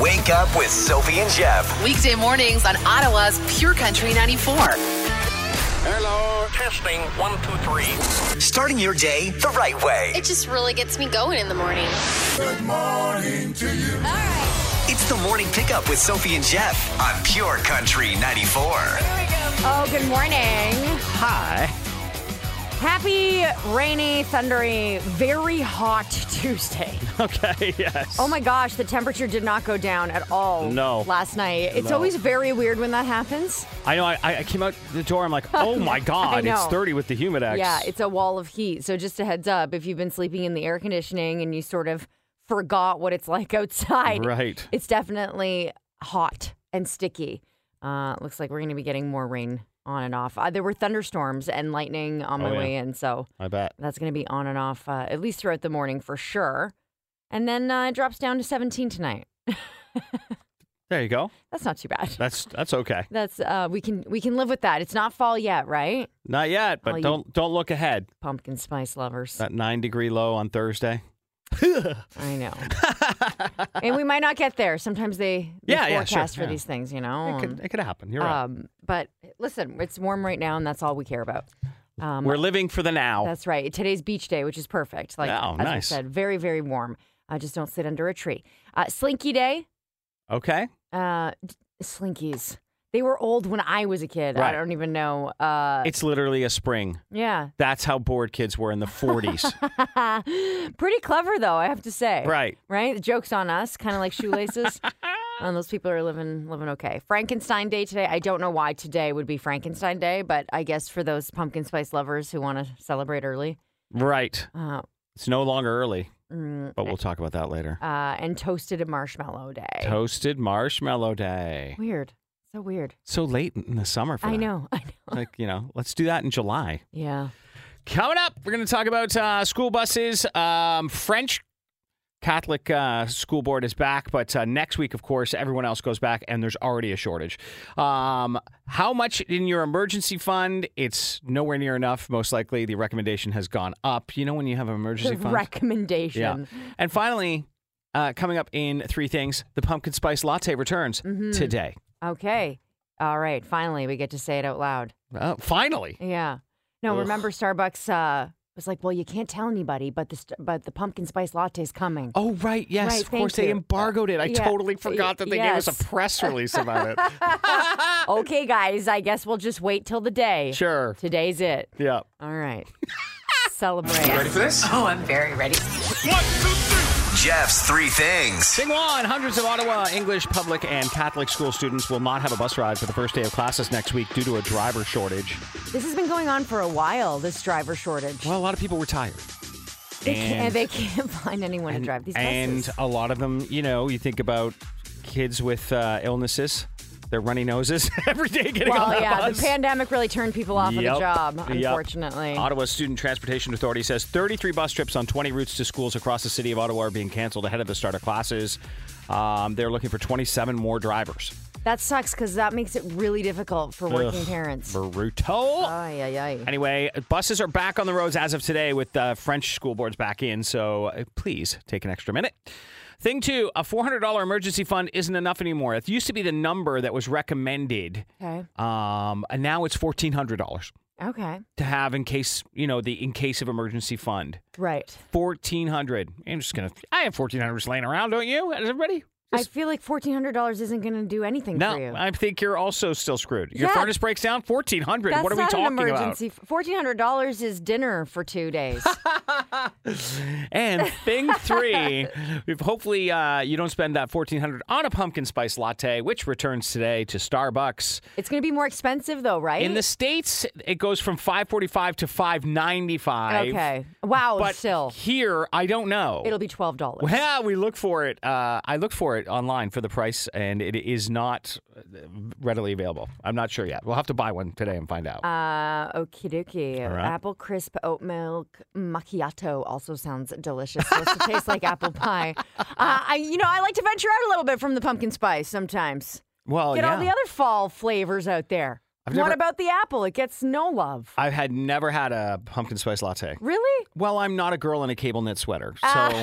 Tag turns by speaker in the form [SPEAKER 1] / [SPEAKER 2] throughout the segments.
[SPEAKER 1] Wake up with Sophie and Jeff.
[SPEAKER 2] Weekday mornings on Ottawa's Pure Country 94.
[SPEAKER 3] Hello. Testing one, two, three.
[SPEAKER 1] Starting your day the right way.
[SPEAKER 4] It just really gets me going in the morning.
[SPEAKER 1] It's the morning pickup with Sophie and Jeff on Pure Country 94.
[SPEAKER 5] Oh, good morning.
[SPEAKER 6] Hi.
[SPEAKER 5] Happy, rainy, thundery, very hot Tuesday.
[SPEAKER 6] Okay, yes.
[SPEAKER 5] Oh my gosh, the temperature did not go down at all
[SPEAKER 6] No.
[SPEAKER 5] last night. It's
[SPEAKER 6] No.
[SPEAKER 5] always very weird when that happens.
[SPEAKER 6] I know. I, I came out the door. I'm like, oh my god, it's
[SPEAKER 5] know.
[SPEAKER 6] 30 with the humidex.
[SPEAKER 5] Yeah, it's a wall of heat. So, just a heads up if you've been sleeping in the air conditioning and you sort of forgot what it's like outside,
[SPEAKER 6] right.
[SPEAKER 5] it's definitely hot and sticky. Uh, looks like we're going to be getting more rain on and off. Uh, there were thunderstorms and lightning on
[SPEAKER 6] Oh,
[SPEAKER 5] my
[SPEAKER 6] yeah.
[SPEAKER 5] way in. So,
[SPEAKER 6] I bet.
[SPEAKER 5] That's going to be on and off uh, at least throughout the morning for sure. And then uh, it drops down to 17 tonight.
[SPEAKER 6] There you go.
[SPEAKER 5] That's not too bad.
[SPEAKER 6] That's that's okay.
[SPEAKER 5] That's uh, we can we can live with that. It's not fall yet, right?
[SPEAKER 6] Not yet, but
[SPEAKER 5] Well, you-
[SPEAKER 6] don't don't look ahead.
[SPEAKER 5] Pumpkin spice lovers.
[SPEAKER 6] That nine degree low on Thursday.
[SPEAKER 5] I know. and we might not get there. Sometimes they, they
[SPEAKER 6] Yeah, yeah, sure,
[SPEAKER 5] forecast for
[SPEAKER 6] yeah.
[SPEAKER 5] these things, you know.
[SPEAKER 6] It,
[SPEAKER 5] and,
[SPEAKER 6] could, it could happen. You're right.
[SPEAKER 5] um, but listen, it's warm right now, and that's all we care about. Um,
[SPEAKER 6] We're living for the now.
[SPEAKER 5] That's right. Today's beach day, which is perfect. Like
[SPEAKER 6] Oh,
[SPEAKER 5] as
[SPEAKER 6] nice.
[SPEAKER 5] I said, very very warm. Uh, just don't sit under a tree. Uh, slinky day.
[SPEAKER 6] Okay.
[SPEAKER 5] uh d- slinkies they were old when i was a kid i
[SPEAKER 6] Right.
[SPEAKER 5] don't even know uh
[SPEAKER 6] It's literally a spring.
[SPEAKER 5] yeah
[SPEAKER 6] That's how bored kids were in the 40s.
[SPEAKER 5] pretty clever though i have to say
[SPEAKER 6] right.
[SPEAKER 5] right the joke's on us kind of like shoelaces and those people are living living okay frankenstein day today i don't know why today would be frankenstein day but i guess for those pumpkin spice lovers who want to celebrate early
[SPEAKER 6] Right.
[SPEAKER 5] uh,
[SPEAKER 6] It's no longer early,
[SPEAKER 5] Mm,
[SPEAKER 6] but we'll talk about that later.
[SPEAKER 5] uh and toasted marshmallow day
[SPEAKER 6] Toasted marshmallow day.
[SPEAKER 5] weird so weird
[SPEAKER 6] So late in the summer for
[SPEAKER 5] i
[SPEAKER 6] that.
[SPEAKER 5] know i know
[SPEAKER 6] Like, you know, let's do that in July.
[SPEAKER 5] yeah
[SPEAKER 6] Coming up, we're going to talk about uh, school buses. Um, French Catholic uh, School Board is back, but uh, next week, of course, everyone else goes back, and there's already a shortage. Um, how much in your emergency fund? It's nowhere near enough. Most likely, the recommendation has gone up. You know when you have an emergency
[SPEAKER 5] the
[SPEAKER 6] fund.
[SPEAKER 5] recommendation
[SPEAKER 6] yeah. And finally, uh, coming up in three things, the pumpkin spice latte returns today.
[SPEAKER 5] Okay. All right. Finally, we get to say it out loud.
[SPEAKER 6] Uh, finally,
[SPEAKER 5] Yeah. No,
[SPEAKER 6] Ugh.
[SPEAKER 5] remember Starbucks uh, was like, well, you can't tell anybody, but the st- but the pumpkin spice latte is coming.
[SPEAKER 6] Oh right, yes,
[SPEAKER 5] Right,
[SPEAKER 6] of course
[SPEAKER 5] thank
[SPEAKER 6] they
[SPEAKER 5] you.
[SPEAKER 6] embargoed it. I
[SPEAKER 5] Yeah,
[SPEAKER 6] totally
[SPEAKER 5] y-
[SPEAKER 6] forgot that they gave us
[SPEAKER 5] yes.
[SPEAKER 6] a press release about it.
[SPEAKER 5] Okay, guys. I guess we'll just wait till the day.
[SPEAKER 6] sure.
[SPEAKER 5] Today's it.
[SPEAKER 6] Yeah.
[SPEAKER 5] All right. Celebrate.
[SPEAKER 1] for this?
[SPEAKER 2] Oh, I'm very ready.
[SPEAKER 1] Jeff's three things.
[SPEAKER 6] Thing one, hundreds of Ottawa English public and Catholic school students will not have a bus ride for the first day of classes next week due to a driver shortage.
[SPEAKER 5] This has been going on for a while. This driver shortage.
[SPEAKER 6] Well, a lot of people were tired.
[SPEAKER 5] they can't.
[SPEAKER 6] and-
[SPEAKER 5] They can't find anyone to drive these
[SPEAKER 6] and
[SPEAKER 5] buses.
[SPEAKER 6] a lot of them, you know, you think about kids with uh, illnesses, their runny noses every day getting on
[SPEAKER 5] well,
[SPEAKER 6] that
[SPEAKER 5] yeah,
[SPEAKER 6] bus.
[SPEAKER 5] the pandemic really turned people off of
[SPEAKER 6] Yep.
[SPEAKER 5] the job,
[SPEAKER 6] Yep.
[SPEAKER 5] unfortunately.
[SPEAKER 6] Ottawa Student Transportation Authority says 33 bus trips on 20 routes to schools across the city of Ottawa are being canceled ahead of the start of classes. Um, they're looking for 27 more drivers.
[SPEAKER 5] That sucks because that makes it really difficult for working parents. Uh,
[SPEAKER 6] Brutal.
[SPEAKER 5] Ay, ay, ay.
[SPEAKER 6] Anyway, buses are back on the roads as of today with uh, French school boards back in, so uh, please take an extra minute. Thing two, a $400 emergency fund isn't enough anymore. It used to be the number that was recommended,
[SPEAKER 5] Okay.
[SPEAKER 6] um, and now it's $1,400
[SPEAKER 5] Okay.
[SPEAKER 6] to have in case, you know, the in case of emergency fund.
[SPEAKER 5] Right.
[SPEAKER 6] 1400 I'm just going to, I have 1400 laying around, don't you? Is everybody?
[SPEAKER 5] I feel like fourteen hundred dollars isn't going to do anything
[SPEAKER 6] No,
[SPEAKER 5] for you.
[SPEAKER 6] I think you're also still screwed. Your
[SPEAKER 5] Yeah.
[SPEAKER 6] furnace breaks down, 1400
[SPEAKER 5] That's
[SPEAKER 6] What are we
[SPEAKER 5] not
[SPEAKER 6] talking
[SPEAKER 5] an emergency. Fourteen hundred dollars is dinner for two days.
[SPEAKER 6] about? And thing three, if hopefully uh, you don't spend that 1400 on a pumpkin spice latte, which returns today to Starbucks.
[SPEAKER 5] it's going to be more expensive though, right?
[SPEAKER 6] In the States, it goes from 545 to 595
[SPEAKER 5] okay. Wow.
[SPEAKER 6] But
[SPEAKER 5] still,
[SPEAKER 6] here, I don't know.
[SPEAKER 5] it'll be twelve dollars.
[SPEAKER 6] Yeah, we look for it. Uh, I look for it online for the price, and it is not uh, readily available. I'm not sure yet. We'll have to buy one today and find out.
[SPEAKER 5] Uh, okie dokie.
[SPEAKER 6] All right.
[SPEAKER 5] Apple crisp oat milk macchiato also sounds delicious. Supposed to taste like apple pie. Uh, I, you know, I like to venture out a little bit from the pumpkin spice sometimes.
[SPEAKER 6] well,
[SPEAKER 5] Get
[SPEAKER 6] Oh, yeah.
[SPEAKER 5] all the other fall flavors out there.
[SPEAKER 6] I've
[SPEAKER 5] What
[SPEAKER 6] never-
[SPEAKER 5] about the apple? It gets no love.
[SPEAKER 6] I had never had a pumpkin spice latte.
[SPEAKER 5] Really?
[SPEAKER 6] Well, I'm not a girl in a cable knit sweater, so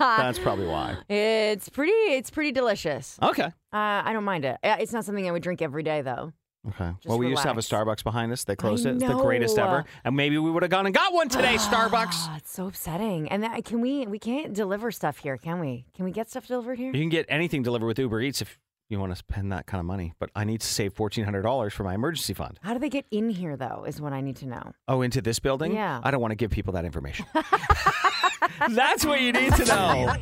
[SPEAKER 6] that's probably why.
[SPEAKER 5] It's pretty. It's pretty delicious.
[SPEAKER 6] Okay.
[SPEAKER 5] Uh, I don't mind it. Uh, It's not something I would drink every day, though.
[SPEAKER 6] Okay. well, we used to have a Starbucks behind us. They closed it. It's the
[SPEAKER 5] know.
[SPEAKER 6] greatest ever. And maybe we would have gone and got one today, Starbucks.
[SPEAKER 5] Oh, it's so upsetting. And that, can we? We can't deliver stuff here, can we? Can we get stuff delivered here?
[SPEAKER 6] You can get anything delivered with Uber Eats if you want to spend that kind of money. But I need to save $1,400 for my emergency fund.
[SPEAKER 5] How do they get in here, though? Is what I need to know.
[SPEAKER 6] Oh, into this building?
[SPEAKER 5] Yeah.
[SPEAKER 6] I don't want to give people that information. That's what you need to know.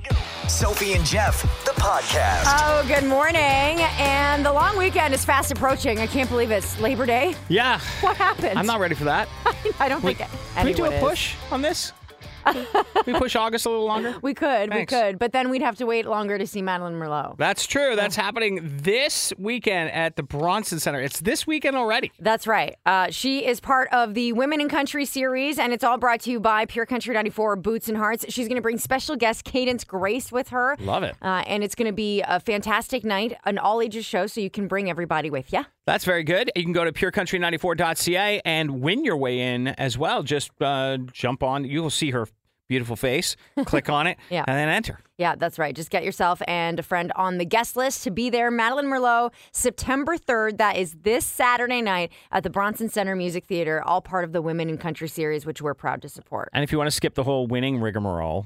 [SPEAKER 1] Sophie and Jeff, the podcast.
[SPEAKER 5] Oh, good morning. And the long weekend is fast approaching. I can't believe it's Labor Day.
[SPEAKER 6] Yeah.
[SPEAKER 5] What happened?
[SPEAKER 6] I'm not ready for that.
[SPEAKER 5] I don't think.
[SPEAKER 6] Can we do
[SPEAKER 5] anyone
[SPEAKER 6] a
[SPEAKER 5] is.
[SPEAKER 6] push on this? we push August a little longer?
[SPEAKER 5] We could,
[SPEAKER 6] Thanks.
[SPEAKER 5] we could, but then we'd have to wait longer to see Madeline Merlot.
[SPEAKER 6] That's true. That's happening this weekend at the Bronson Center. It's this weekend already.
[SPEAKER 5] That's right. Uh, she is part of the Women in Country series, and it's all brought to you by Pure Country 94 Boots and Hearts. She's going to bring special guest Cadence Grace with her.
[SPEAKER 6] Love it.
[SPEAKER 5] Uh, and it's going to be a fantastic night, an all ages show, so you can bring everybody with you.
[SPEAKER 6] That's very good. You can go to purecountry94.ca and win your way in as well. Just uh, jump on. You will see her beautiful face. Click on it
[SPEAKER 5] Yeah.
[SPEAKER 6] and then enter.
[SPEAKER 5] Yeah, that's right. Just get yourself and a friend on the guest list to be there. Madeline Merlot, September 3rd. That is this Saturday night at the Bronson Center Music Theater, all part of the Women in Country series, which we're proud to support.
[SPEAKER 6] And if you want to skip the whole winning rigmarole,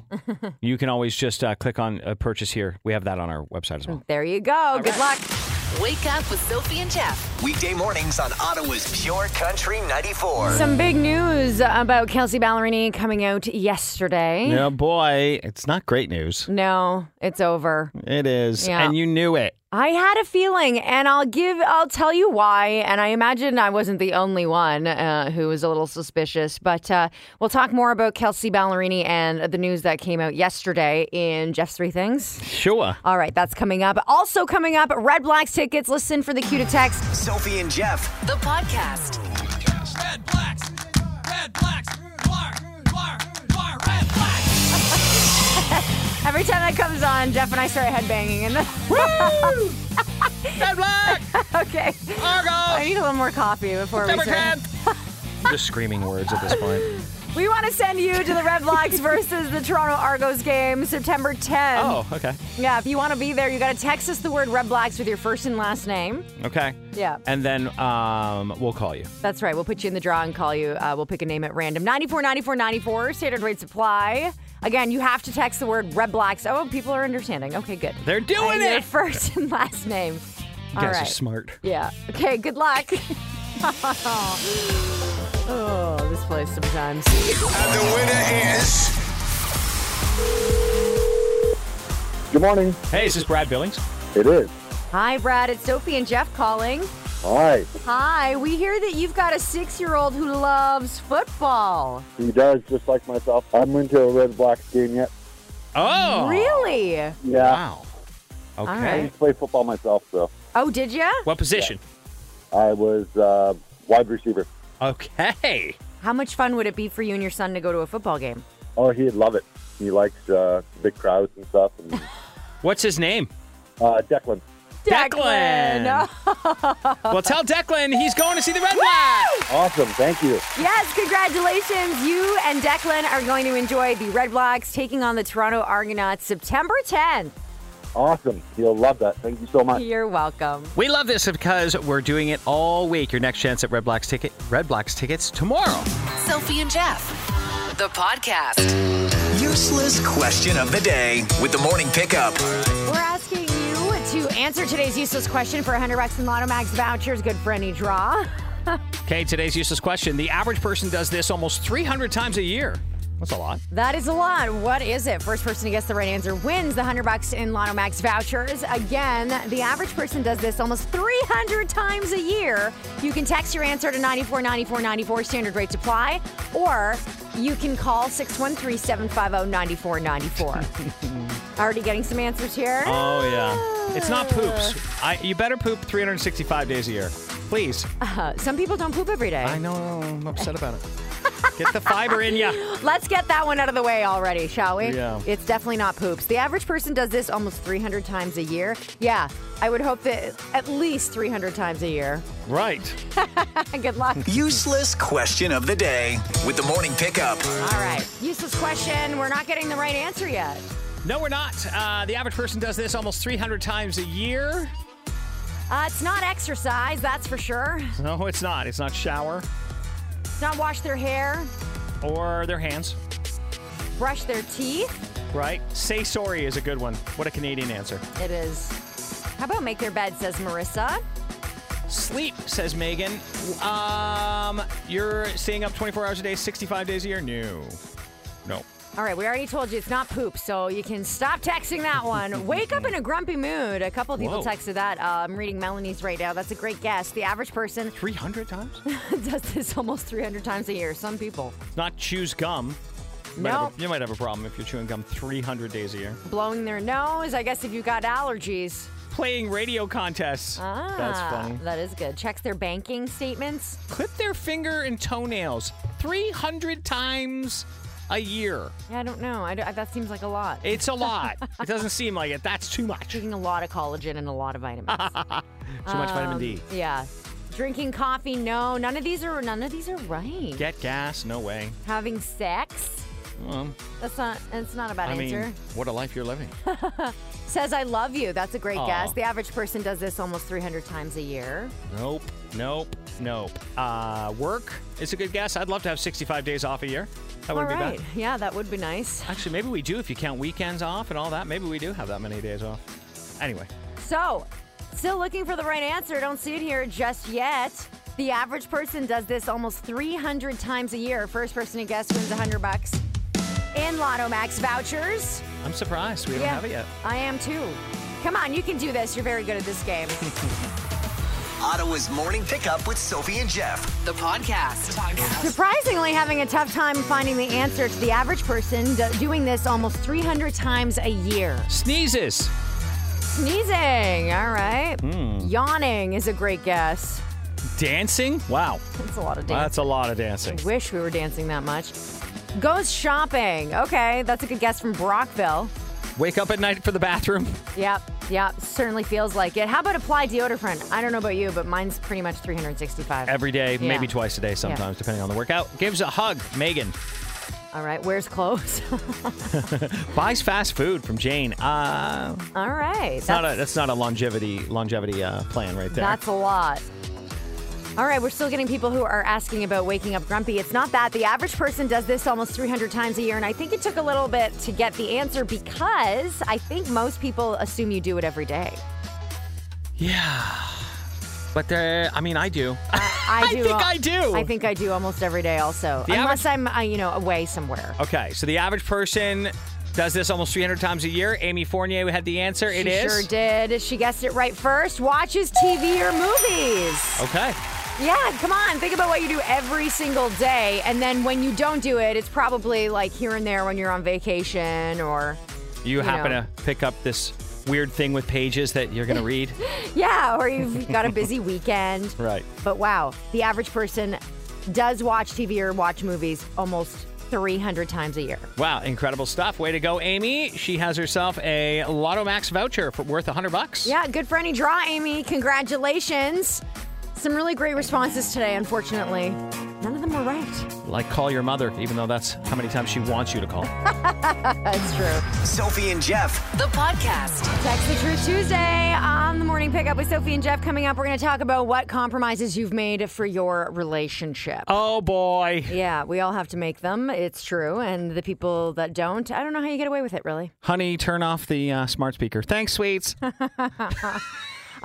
[SPEAKER 6] you can always just uh, click on uh, purchase here. We have that on our website as well.
[SPEAKER 5] There you go. Good luck.
[SPEAKER 2] Wake up with Sophie and Jeff.
[SPEAKER 1] Weekday mornings on Ottawa's Pure Country 94.
[SPEAKER 5] Some big news about Kelsey Ballerini coming out yesterday.
[SPEAKER 6] Yeah, boy, it's not great news.
[SPEAKER 5] No, it's over.
[SPEAKER 6] It is.
[SPEAKER 5] Yeah.
[SPEAKER 6] And you knew it.
[SPEAKER 5] I had a feeling, and I'll give, I'll tell you why. And I imagine I wasn't the only one uh, who was a little suspicious. But uh, we'll talk more about Kelsey Ballerini and the news that came out yesterday in Jeff's Three Things.
[SPEAKER 6] Sure.
[SPEAKER 5] All right, that's coming up. Also coming up, Red Blacks tickets. Listen for the cue to text.
[SPEAKER 1] Sophie and Jeff,
[SPEAKER 2] The podcast.
[SPEAKER 7] Red blacks, red blacks, war, war, war, red blacks.
[SPEAKER 5] Every time that comes on, Jeff and I start headbanging, and then
[SPEAKER 6] Red Black!
[SPEAKER 5] okay, I
[SPEAKER 6] Argos!
[SPEAKER 5] need a little more coffee before we turn.
[SPEAKER 6] Democrat! Just screaming words at this point.
[SPEAKER 5] We want to send you to the Red Blacks versus the Toronto Argos game, September 10th.
[SPEAKER 6] Oh, okay.
[SPEAKER 5] Yeah, if you want to be there, you got to text us the word Red Blacks with your first and last name.
[SPEAKER 6] Okay.
[SPEAKER 5] Yeah.
[SPEAKER 6] And then um, we'll call you.
[SPEAKER 5] That's right. We'll put you in the draw and call you. Uh, we'll pick a name at random. 94, 94, 94, standard rate supply. Again, you have to text the word Red Blacks. Oh, people are understanding. Okay, good.
[SPEAKER 6] They're doing
[SPEAKER 5] And Your
[SPEAKER 6] it!
[SPEAKER 5] first and last name. All right.
[SPEAKER 6] smart.
[SPEAKER 5] Yeah. Okay, good luck. oh, this place sometimes.
[SPEAKER 3] And the winner is.
[SPEAKER 8] Good morning.
[SPEAKER 6] Hey, is this Brad Billings?
[SPEAKER 8] It is.
[SPEAKER 5] Hi, Brad. It's Sophie and Jeff calling.
[SPEAKER 8] Hi.
[SPEAKER 5] Hi, we hear that you've got a six year old who loves football.
[SPEAKER 8] He does just like myself. I'm into a Red Blacks game yet.
[SPEAKER 6] Oh.
[SPEAKER 5] Really?
[SPEAKER 8] Yeah.
[SPEAKER 6] Wow. Okay.
[SPEAKER 8] I
[SPEAKER 5] right.
[SPEAKER 8] used to play football myself, so
[SPEAKER 5] Oh, did you?
[SPEAKER 6] What position?
[SPEAKER 8] I was uh, wide receiver.
[SPEAKER 6] Okay.
[SPEAKER 5] How much fun would it be for you and your son to go to a football game?
[SPEAKER 8] Oh, he'd love it. He likes uh, big crowds and stuff. And,
[SPEAKER 6] What's his name?
[SPEAKER 8] uh, Declan.
[SPEAKER 5] Declan.
[SPEAKER 6] well, tell Declan he's going to see the Red Blacks.
[SPEAKER 8] Awesome. Thank you.
[SPEAKER 5] Yes, congratulations. You and Declan are going to enjoy the Red Blacks taking on the Toronto Argonauts September 10th.
[SPEAKER 8] Awesome. He'll love that. Thank you so much.
[SPEAKER 5] You're welcome.
[SPEAKER 6] We love this because we're doing it all week. Your next chance at Red Blacks ticket, Red Blacks tickets tomorrow.
[SPEAKER 2] Sophie and Jeff. The podcast.
[SPEAKER 1] useless question of the day with the morning pickup.
[SPEAKER 5] We're asking you to answer today's useless question for 100 bucks in Lottomax vouchers, good for any draw.
[SPEAKER 6] Okay, today's useless question. The average person does this almost 300 times a year. That's a lot.
[SPEAKER 5] That is a lot. What is it? First person to guess the right answer wins the 100 bucks in Lotto Max vouchers. Again, the average person does this almost 300 times a year. You can text your answer to 949494 standard rate apply, or you can call 613 750 9494. oh, Already getting some answers here.
[SPEAKER 6] Oh yeah. It's not poops. I you better poop 365 days a year. Please.
[SPEAKER 5] Uh, some people don't poop every day.
[SPEAKER 6] know. I'm upset about it. Get the fiber in ya.
[SPEAKER 5] Let's get that one out of the way already, shall we?
[SPEAKER 6] Yeah.
[SPEAKER 5] It's definitely not poops. The average person does this almost 300 times a year. Yeah, I would hope that at least 300 times a year.
[SPEAKER 6] Right.
[SPEAKER 5] Good luck.
[SPEAKER 1] Useless question of the day with the morning pickup.
[SPEAKER 5] All right. Useless question. We're not getting the right answer yet.
[SPEAKER 6] No, we're not. Uh, the average person does this almost 300 times a year.
[SPEAKER 5] Uh, it's not exercise, that's for sure.
[SPEAKER 6] No, it's not. It's not shower
[SPEAKER 5] It's not wash their hair,
[SPEAKER 6] or their hands.
[SPEAKER 5] brush their teeth.
[SPEAKER 6] Right? Say sorry is a good one. What a Canadian answer.
[SPEAKER 5] It is. How about make their bed, says Marissa?
[SPEAKER 6] Sleep, says Megan. Um, you're staying up 24 hours a day, 65 days a year? No. No.
[SPEAKER 5] All right, we already told you it's not poop, so you can stop texting that one. Wake up in a grumpy mood. A couple of people
[SPEAKER 6] Whoa.
[SPEAKER 5] texted that. Uh, I'm reading Melanie's right now. That's a great guess. The average person
[SPEAKER 6] 300 times?
[SPEAKER 5] does this almost 300 times a year. Some people.
[SPEAKER 6] not choose gum. You might have a-
[SPEAKER 5] Nope.
[SPEAKER 6] you might have a problem if you're chewing gum 300 days a year.
[SPEAKER 5] Blowing their nose. I guess if you got allergies.
[SPEAKER 6] Playing radio contests.
[SPEAKER 5] Ah,
[SPEAKER 6] That's funny.
[SPEAKER 5] That is good. Checks their banking statements.
[SPEAKER 6] Clip their finger and toenails 300 times a year.
[SPEAKER 5] Yeah, I don't know. I don't- that seems like a lot.
[SPEAKER 6] It's a lot. it doesn't seem like it. That's too much. Too
[SPEAKER 5] Taking a lot of collagen and a lot of vitamins.
[SPEAKER 6] much vitamin
[SPEAKER 5] Um,
[SPEAKER 6] D.
[SPEAKER 5] yeah. Drinking coffee, no. None of these are none of these are right.
[SPEAKER 6] Get gas? No way.
[SPEAKER 5] Having sex.
[SPEAKER 6] Um,
[SPEAKER 5] That's not that's not a bad
[SPEAKER 6] I mean,
[SPEAKER 5] answer.
[SPEAKER 6] what a life you're living.
[SPEAKER 5] Says I love you. That's a great
[SPEAKER 6] Aw.
[SPEAKER 5] guess. The average person does this almost 300 times a year.
[SPEAKER 6] Nope, nope, nope. Uh, work is a good guess. I'd love to have 65 days off a year. That
[SPEAKER 5] All
[SPEAKER 6] wouldn't
[SPEAKER 5] right.
[SPEAKER 6] be bad.
[SPEAKER 5] Yeah, that would be nice.
[SPEAKER 6] Actually, maybe we do if you count weekends off and all that. Maybe we do have that many days off. Anyway,
[SPEAKER 5] So, still looking for the right answer. Don't see it here just yet. The average person does this almost 300 times a year. First person to guess wins 100 bucks in Lotto Max vouchers.
[SPEAKER 6] I'm surprised we don't have it yet.
[SPEAKER 5] I am too. Come on, you can do this. You're very good at this game.
[SPEAKER 1] Ottawa's morning pickup with Sophie and Jeff.
[SPEAKER 2] The podcast.
[SPEAKER 5] Surprisingly, having a tough time finding the answer to the average person do- doing this almost 300 times a year.
[SPEAKER 6] Sneezes.
[SPEAKER 5] Sneezing, all right. Yawning is a great guess.
[SPEAKER 6] Dancing? Wow.
[SPEAKER 5] That's a lot of dancing.
[SPEAKER 6] That's a lot of dancing.
[SPEAKER 5] Wish we were dancing that much. Goes shopping. Okay, that's a good guess from Brockville.
[SPEAKER 6] Wake up at night for the bathroom.
[SPEAKER 5] Yep, yep, certainly feels like it. How about apply deodorant? I don't know about you, but mine's pretty much 365.
[SPEAKER 6] Every day,
[SPEAKER 5] Yeah.
[SPEAKER 6] maybe twice a day sometimes, depending on the workout. Gives a hug, Megan.
[SPEAKER 5] All right, wears clothes.
[SPEAKER 6] Buys fast food from Jane. Uh,
[SPEAKER 5] All right. That's,
[SPEAKER 6] that's not a that's not a longevity longevity uh, plan right there.
[SPEAKER 5] That's a lot. All right, we're still getting people who are asking about waking up grumpy. It's not that. The average person does this almost 300 times a year, and I think it took a little bit to get the answer because I think most people assume you do it every day.
[SPEAKER 6] yeah. But uh, I mean, I do.
[SPEAKER 5] I, do.
[SPEAKER 6] think I do.
[SPEAKER 5] I think I do almost every day, also,
[SPEAKER 6] The
[SPEAKER 5] unless I'm, uh, you know, away somewhere.
[SPEAKER 6] Okay, so the average person does this almost 300 times a year. Amy Fournier had the answer. it
[SPEAKER 5] she
[SPEAKER 6] is.
[SPEAKER 5] sure did. She guessed it right first. Watches TV or movies.
[SPEAKER 6] Okay.
[SPEAKER 5] Yeah, come on. Think about what you do every single day. And then when you don't do it, it's probably like here and there when you're on vacation or,
[SPEAKER 6] You, happen
[SPEAKER 5] know.
[SPEAKER 6] to pick up this weird thing with pages that you're going to read.
[SPEAKER 5] yeah, or you've got a busy weekend.
[SPEAKER 6] Right.
[SPEAKER 5] But wow, the average person does watch TV or watch movies almost 300 times a year.
[SPEAKER 6] Wow, incredible stuff. Way to go, Amy. She has herself a Lotto Max voucher for worth 100 bucks.
[SPEAKER 5] Yeah, good for any draw, Amy. Congratulations. Some really great responses today, unfortunately. None of them were right.
[SPEAKER 6] Like call your mother, even though that's how many times she wants you to call.
[SPEAKER 5] That's true.
[SPEAKER 1] Sophie and Jeff.
[SPEAKER 2] The podcast.
[SPEAKER 5] Text the Truth Tuesday on the morning pickup with Sophie and Jeff. Coming up, we're going to talk about what compromises you've made for your relationship.
[SPEAKER 6] oh, boy.
[SPEAKER 5] Yeah, we all have to make them. It's true. And the people that don't, I don't know how you get away with it, really.
[SPEAKER 6] Honey, turn off the uh, smart speaker. Thanks, sweets.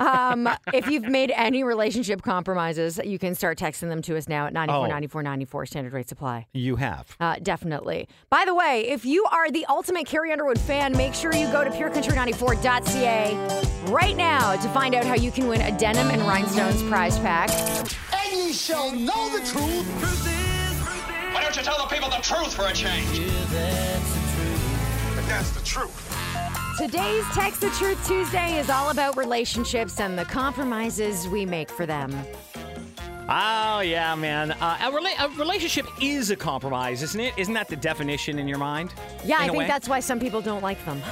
[SPEAKER 5] Um, if you've made any relationship compromises, you can start texting them to us now at 94 94 94 standard rate supply.
[SPEAKER 6] you have.
[SPEAKER 5] Uh, definitely. By the way, if you are the ultimate Carrie Underwood fan, make sure you go to purecountry94.ca right now to find out how you can win a denim and rhinestones prize pack.
[SPEAKER 3] And ye shall know the truth.
[SPEAKER 7] Why don't you tell the people the truth for a change?
[SPEAKER 3] And that's the truth.
[SPEAKER 5] Today's Text the Truth Tuesday is all about relationships and the compromises we make for them.
[SPEAKER 6] Oh yeah, man. Uh, a, rela- a relationship is a compromise, isn't it? Isn't that the definition in your mind?
[SPEAKER 5] Yeah,
[SPEAKER 6] In
[SPEAKER 5] I
[SPEAKER 6] a
[SPEAKER 5] think
[SPEAKER 6] way?
[SPEAKER 5] that's why some people don't like them.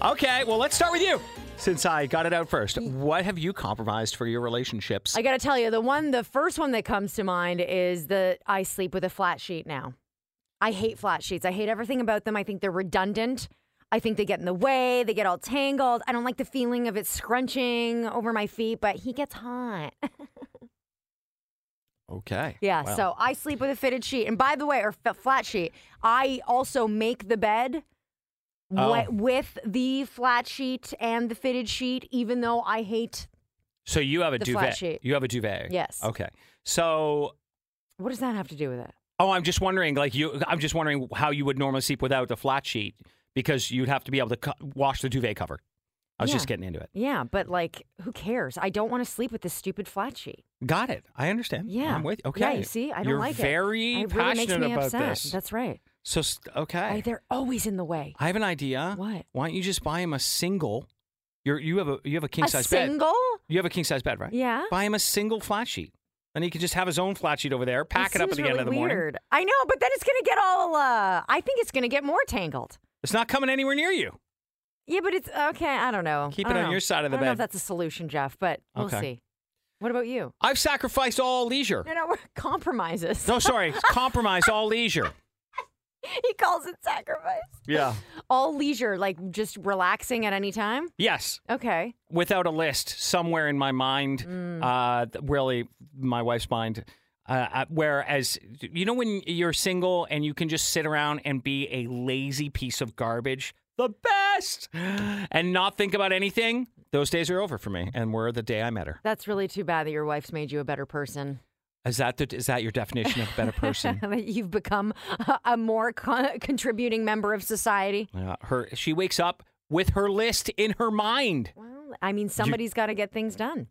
[SPEAKER 6] Okay, well, let's start with you. Since I got it out first, what have you compromised for your relationships?
[SPEAKER 5] I got to tell you, the one, the first one that comes to mind is that I sleep with a flat sheet now. I hate flat sheets. I hate everything about them. I think they're redundant. I think they get in the way. They get all tangled. I don't like the feeling of it scrunching over my feet, but he gets hot.
[SPEAKER 6] okay.
[SPEAKER 5] Yeah,
[SPEAKER 6] Wow.
[SPEAKER 5] so I sleep with a fitted sheet. And by the way, or f- flat sheet, I also make the bed wi-
[SPEAKER 6] Oh.
[SPEAKER 5] with the flat sheet and the fitted sheet, even though I hate.
[SPEAKER 6] So you have a
[SPEAKER 5] The
[SPEAKER 6] duvet.
[SPEAKER 5] flat sheet.
[SPEAKER 6] You have a duvet.
[SPEAKER 5] Yes.
[SPEAKER 6] Okay. So,
[SPEAKER 5] What does that have to do with it?
[SPEAKER 6] oh, I'm just wondering, like you, I'm just wondering how you would normally sleep without the flat sheet because you'd have to be able to co- wash the duvet cover. I was
[SPEAKER 5] Yeah.
[SPEAKER 6] just getting into it.
[SPEAKER 5] Yeah, but like, who cares? I don't want to sleep with this stupid flat sheet.
[SPEAKER 6] Got it. I understand.
[SPEAKER 5] Yeah.
[SPEAKER 6] I'm with. Okay.
[SPEAKER 5] Yeah, you see, I don't
[SPEAKER 6] You're
[SPEAKER 5] like it.
[SPEAKER 6] very
[SPEAKER 5] it really
[SPEAKER 6] passionate
[SPEAKER 5] makes me
[SPEAKER 6] about
[SPEAKER 5] upset.
[SPEAKER 6] this.
[SPEAKER 5] That's right.
[SPEAKER 6] so st- okay.
[SPEAKER 5] I- they're always in the way.
[SPEAKER 6] I have an idea.
[SPEAKER 5] What?
[SPEAKER 6] Why don't you just buy him a single? You're, you have a you have a king
[SPEAKER 5] A
[SPEAKER 6] size bed.
[SPEAKER 5] single?
[SPEAKER 6] You have a king size bed, right?
[SPEAKER 5] Yeah.
[SPEAKER 6] Buy him a single flat sheet, and he can just have his own flat sheet over there. Pack it, up at
[SPEAKER 5] seems
[SPEAKER 6] the
[SPEAKER 5] really
[SPEAKER 6] end of the
[SPEAKER 5] weird.
[SPEAKER 6] morning.
[SPEAKER 5] I know, but then it's going to get all, uh, I think it's going to get more tangled.
[SPEAKER 6] It's not coming anywhere near you.
[SPEAKER 5] Yeah, but it's okay. I don't know.
[SPEAKER 6] Keep
[SPEAKER 5] I
[SPEAKER 6] it
[SPEAKER 5] don't
[SPEAKER 6] on
[SPEAKER 5] know.
[SPEAKER 6] your side of the
[SPEAKER 5] I don't know if
[SPEAKER 6] bed.
[SPEAKER 5] that's a solution, Jeff, but we'll
[SPEAKER 6] Okay.
[SPEAKER 5] see. What about you?
[SPEAKER 6] I've sacrificed all leisure.
[SPEAKER 5] No, no, we're compromises.
[SPEAKER 6] No, sorry, compromise all leisure.
[SPEAKER 5] he calls it sacrifice.
[SPEAKER 6] Yeah.
[SPEAKER 5] All leisure, like just relaxing at any time.
[SPEAKER 6] Yes,
[SPEAKER 5] Okay.
[SPEAKER 6] without a list somewhere in my mind, uh, th- really my wife's mind. Uh, Uh, whereas, you know, when you're single and you can just sit around and be a lazy piece of garbage, the best, and not think about anything, those days are over for me and were the day I met her.
[SPEAKER 5] That's really too bad that your wife's made you a better person.
[SPEAKER 6] Is that, the, is that your definition of a better person?
[SPEAKER 5] That you've become a, a more con- contributing member of society.
[SPEAKER 6] Yeah, Uh, her, she wakes up with her list in her mind.
[SPEAKER 5] Well, I mean, somebody's got to get things done,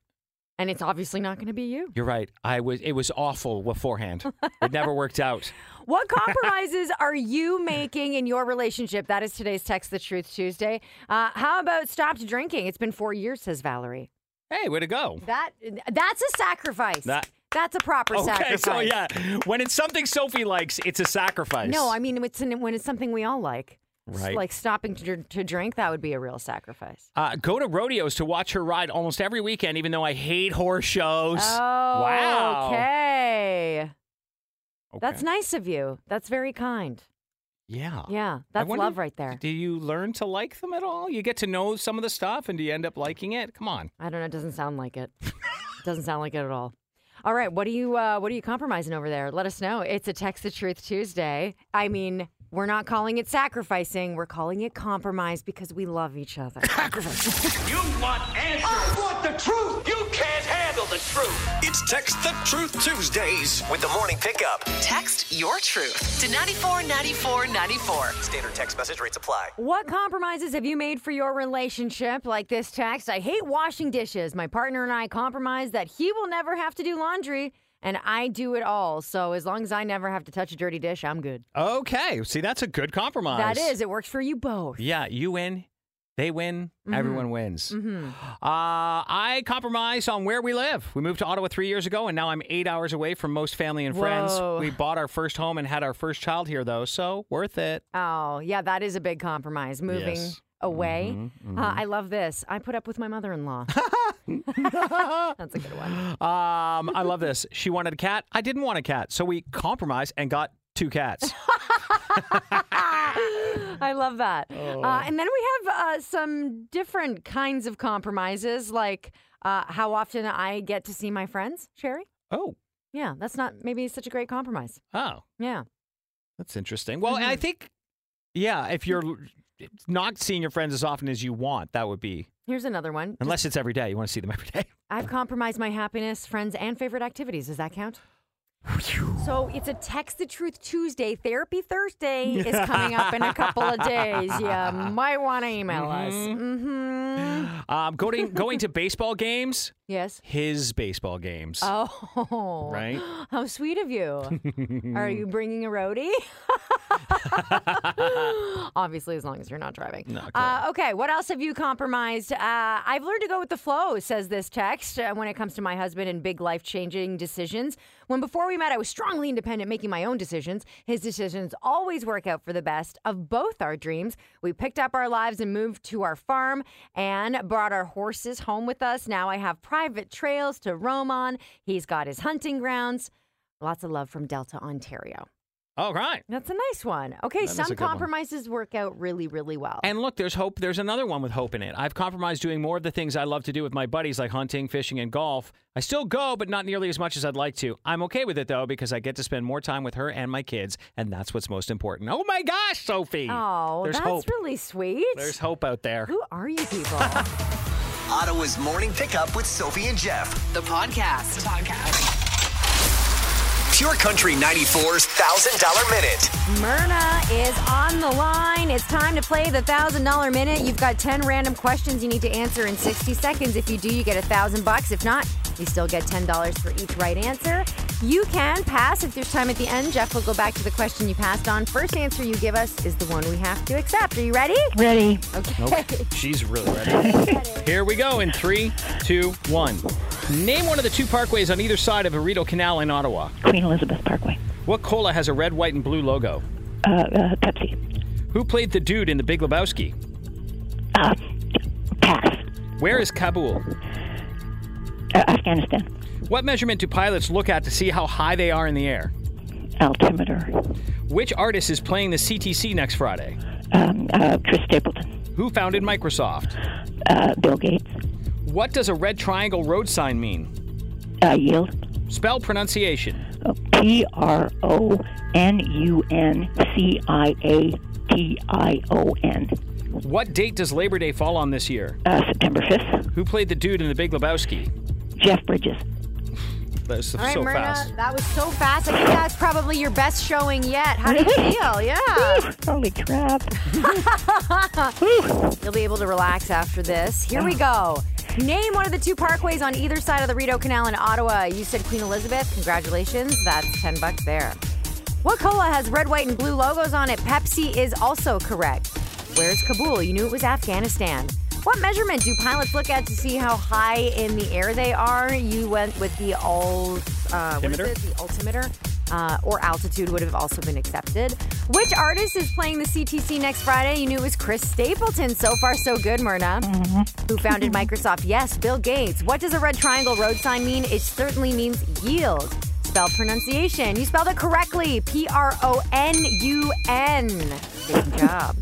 [SPEAKER 5] and it's obviously not going to be you.
[SPEAKER 6] You're right. I was. It was awful beforehand. It never worked out.
[SPEAKER 5] What compromises are you making in your relationship? That is today's Text the Truth Tuesday. Uh, how about stopped drinking? It's been four years, says Valerie.
[SPEAKER 6] Hey, way to go.
[SPEAKER 5] That that's a sacrifice.
[SPEAKER 6] That-
[SPEAKER 5] that's a proper
[SPEAKER 6] Okay,
[SPEAKER 5] sacrifice.
[SPEAKER 6] so yeah, when it's something Sophie likes, it's a sacrifice.
[SPEAKER 5] No, I mean it's an, when it's something we all like. S-
[SPEAKER 6] Right.
[SPEAKER 5] Like stopping to, dr- to drink, that would be a real sacrifice.
[SPEAKER 6] Uh, go to rodeos to watch her ride almost every weekend, even though I hate horse shows.
[SPEAKER 5] Oh,
[SPEAKER 6] wow.
[SPEAKER 5] Okay.
[SPEAKER 6] Okay.
[SPEAKER 5] That's nice of you. That's very kind.
[SPEAKER 6] Yeah.
[SPEAKER 5] Yeah,
[SPEAKER 6] I
[SPEAKER 5] that's
[SPEAKER 6] wonder-
[SPEAKER 5] love right there.
[SPEAKER 6] Do you learn to like them at all? You get to know some of the stuff, and do you end up liking it? Come on.
[SPEAKER 5] I don't know. It doesn't sound like it. doesn't sound like it at all. All right, what are you uh, what are you compromising over there? Let us know. It's a text the truth Tuesday. I mean, we're not calling it sacrificing. We're calling it compromise because we love each other.
[SPEAKER 1] You want answers.
[SPEAKER 3] I want the truth. You can't handle the truth.
[SPEAKER 1] It's Text the Truth Tuesdays with the morning pickup.
[SPEAKER 2] Text your truth to 949494.
[SPEAKER 1] Standard text message rates apply.
[SPEAKER 5] What compromises have you made for your relationship? Like this text I hate washing dishes. My partner and I compromise that he will never have to do laundry, and I do it all. So as long as I never have to touch a dirty dish, I'm good.
[SPEAKER 6] Okay. See, that's a good compromise.
[SPEAKER 5] That is, it works for you both.
[SPEAKER 6] Yeah, you win, they win, everyone wins. Uh, I compromise on where we live. We moved to Ottawa three years ago, and now I'm eight hours away from most family and friends.
[SPEAKER 5] Whoa.
[SPEAKER 6] We bought our first home and had our first child here, though, so worth it.
[SPEAKER 5] Oh, yeah, that is a big compromise. Moving
[SPEAKER 6] Yes.
[SPEAKER 5] away. Uh, I love this. I put up with my mother in law. That's a good one.
[SPEAKER 6] Um, I love this. She wanted a cat. I didn't want a cat, so we compromised and got two cats.
[SPEAKER 5] I love that. Uh, and then we have uh, some different kinds of compromises, like uh, how often I get to see my friends, Sherry.
[SPEAKER 6] oh,
[SPEAKER 5] Yeah, that's not maybe such a great compromise.
[SPEAKER 6] oh,
[SPEAKER 5] Yeah.
[SPEAKER 6] that's interesting. Well, I think, yeah, if you're not seeing your friends as often as you want, that would be
[SPEAKER 5] Here's another one.
[SPEAKER 6] unless it's every day. You want to see them every day.
[SPEAKER 5] I've compromised my happiness, friends, and favorite activities. Does that count? So it's a Text the Truth Tuesday. Therapy Thursday is coming up in a couple of days. You might want to email us. Mm-hmm.
[SPEAKER 6] Um, going going to baseball games.
[SPEAKER 5] Yes.
[SPEAKER 6] his baseball games.
[SPEAKER 5] Oh,
[SPEAKER 6] Right?
[SPEAKER 5] How sweet of you. Are you bringing a roadie? Obviously, as long as you're not driving. uh, okay, what else have you compromised? Uh, I've learned to go with the flow, says this text, uh, when it comes to my husband and big life changing decisions. When before we met, I was strongly independent, making my own decisions. His decisions always work out for the best of both our dreams. We picked up our lives and moved to our farm and brought our horses home with us. Now I have private trails to roam on. He's got his hunting grounds. Lots of love from Delta, Ontario.
[SPEAKER 6] All right.
[SPEAKER 5] That's a nice one. Okay,
[SPEAKER 6] is a
[SPEAKER 5] some
[SPEAKER 6] good one.
[SPEAKER 5] compromises work out really, really well.
[SPEAKER 6] And look, there's hope. There's another one with hope in it. I've compromised doing more of the things I love to do with my buddies, like hunting, fishing, and golf. I still go, but not nearly as much as I'd like to. I'm okay with it, though, because I get to spend more time with her and my kids, and that's what's most important. Oh my gosh, Sophie.
[SPEAKER 5] oh,
[SPEAKER 6] there's
[SPEAKER 5] that's
[SPEAKER 6] hope.
[SPEAKER 5] really sweet.
[SPEAKER 6] There's hope out there.
[SPEAKER 5] Who are you people?
[SPEAKER 1] Ottawa's morning pickup with Sophie and Jeff.
[SPEAKER 2] The podcast. The podcast.
[SPEAKER 1] Pure Country 94's $1,000 minute.
[SPEAKER 5] Myrna is on the line. It's time to play the thousand dollar minute. You've got ten random questions you need to answer in sixty seconds. If you do, you get a thousand bucks. If not, you still get ten dollars for each right answer. You can pass if there's time at the end. Jeff will go back to the question you passed on. First answer you give us is the one we have to accept. Are you ready?
[SPEAKER 9] Ready.
[SPEAKER 5] Okay.
[SPEAKER 6] She's really ready. Here we go in three, two, one. Name one of the two parkways on either side of Burrito Canal in Ottawa.
[SPEAKER 9] Queen Elizabeth Parkway.
[SPEAKER 6] What cola has a red, white, and blue logo?
[SPEAKER 9] Uh, uh, Pepsi.
[SPEAKER 6] Who played the dude in The Big Lebowski?
[SPEAKER 9] Uh, pass.
[SPEAKER 6] Where is Kabul?
[SPEAKER 9] Uh, Afghanistan.
[SPEAKER 6] What measurement do pilots look at to see how high they are in the air?
[SPEAKER 9] Altimeter.
[SPEAKER 6] Which artist is playing the CTC next Friday?
[SPEAKER 9] Um, uh, Chris Stapleton.
[SPEAKER 6] Who founded Microsoft?
[SPEAKER 9] Uh, Bill Gates.
[SPEAKER 6] What does a red triangle road sign mean?
[SPEAKER 9] Uh, yield. Uh,
[SPEAKER 6] Spell pronunciation.
[SPEAKER 9] P R O N U N C I A T I O N.
[SPEAKER 6] What date does Labor Day fall on this year?
[SPEAKER 9] Uh, September 5th.
[SPEAKER 6] Who played the dude in The Big Lebowski?
[SPEAKER 9] Jeff Bridges.
[SPEAKER 6] That was so,
[SPEAKER 5] All right,
[SPEAKER 6] so
[SPEAKER 5] Myrna,
[SPEAKER 6] fast.
[SPEAKER 5] that was so fast. I think that's probably your best showing yet. How do you feel? Yeah.
[SPEAKER 9] Holy crap.
[SPEAKER 5] You'll be able to relax after this. Here we go. Name one of the two parkways on either side of the Rideau Canal in Ottawa. You said Queen Elizabeth. Congratulations. That's 10 bucks there. What cola has red, white, and blue logos on it? Pepsi is also correct. Where's Kabul? You knew it was Afghanistan. What measurement do pilots look at to see how high in the air they are? You went with the all, uh, what is
[SPEAKER 6] Altimeter?
[SPEAKER 5] it? The altimeter uh, or altitude would have also been accepted. Which artist is playing the CTC next Friday? You knew it was Chris Stapleton. So far, so good, Myrna. Who founded Microsoft? Yes, Bill Gates. What does a red triangle road sign mean? It certainly means yield. Spell pronunciation. You spelled it correctly. P R O N U N. Good job.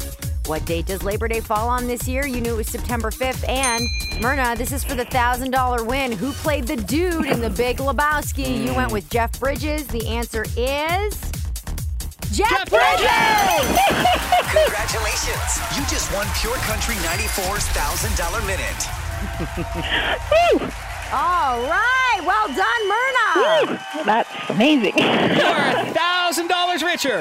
[SPEAKER 5] What date does Labor Day fall on this year? You knew it was September 5th. And Myrna, this is for the $1,000 win. Who played the dude in the Big Lebowski? You went with Jeff Bridges. The answer is. Jeff, Bridges!
[SPEAKER 1] Congratulations. You just won Pure Country 94's $1,000 minute.
[SPEAKER 5] All right. Well done, Myrna.
[SPEAKER 9] That's amazing.
[SPEAKER 6] You are thousand dollars richer.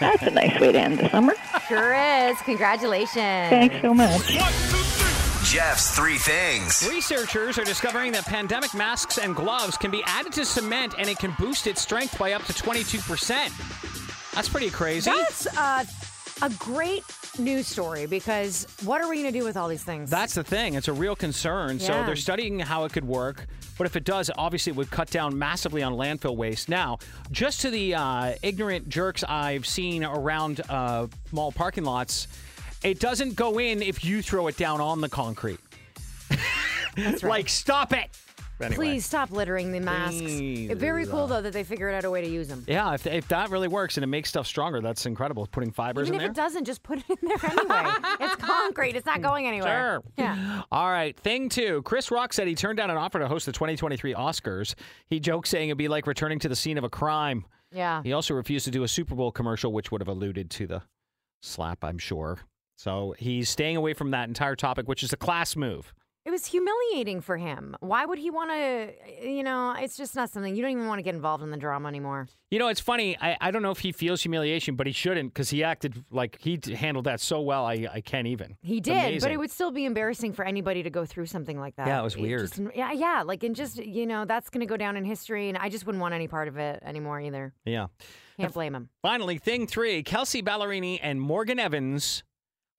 [SPEAKER 9] That's a nice way to end the summer.
[SPEAKER 5] Sure is. Congratulations.
[SPEAKER 9] Thanks so much.
[SPEAKER 1] Jeff's three things.
[SPEAKER 6] Researchers are discovering that pandemic masks and gloves can be added to cement and it can boost its strength by up to 22%. That's pretty crazy.
[SPEAKER 5] That's uh, a great news story because what are we going to do with all these things?
[SPEAKER 6] That's the thing. It's a real concern. So
[SPEAKER 5] Yeah.
[SPEAKER 6] they're studying how it could work. But if it does, obviously it would cut down massively on landfill waste. Now, just to the uh, ignorant jerks I've seen around uh, mall parking lots, it doesn't go in if you throw it down on the concrete. Like, stop it. Anyway.
[SPEAKER 5] Please stop littering the masks.
[SPEAKER 6] Please.
[SPEAKER 5] Very cool though that they figured out a way to use them.
[SPEAKER 6] Yeah, if, if that really works and it makes stuff stronger, that's incredible. Putting fibers
[SPEAKER 5] Even if
[SPEAKER 6] in
[SPEAKER 5] it
[SPEAKER 6] there.
[SPEAKER 5] doesn't, just put it in there anyway. it's concrete. It's not going anywhere.
[SPEAKER 6] Sure.
[SPEAKER 5] Yeah.
[SPEAKER 6] All right. Thing two. Chris Rock said he turned down an offer to host the 2023 Oscars. He joked saying it'd be like returning to the scene of a crime.
[SPEAKER 5] Yeah.
[SPEAKER 6] He also refused to do a Super Bowl commercial, which would have alluded to the slap, I'm sure. So he's staying away from that entire topic, which is a class move.
[SPEAKER 5] It was humiliating for him. Why would he want to? You know, it's just not something you don't even want to get involved in the drama anymore.
[SPEAKER 6] You know, it's funny. I, I don't know if he feels humiliation, but he shouldn't because he acted like he d- handled that so well. I, I can't even.
[SPEAKER 5] He
[SPEAKER 6] It's
[SPEAKER 5] did, but
[SPEAKER 6] amazing.
[SPEAKER 5] it would still be embarrassing for anybody to go through something like that.
[SPEAKER 6] Yeah, it was
[SPEAKER 5] just- yeah, yeah, like and just you know that's going to go down in history, and I just wouldn't want any part of it anymore either.
[SPEAKER 6] Yeah.
[SPEAKER 5] Can't blame him.
[SPEAKER 6] Finally, thing three Kelsey Ballerini and Morgan Evans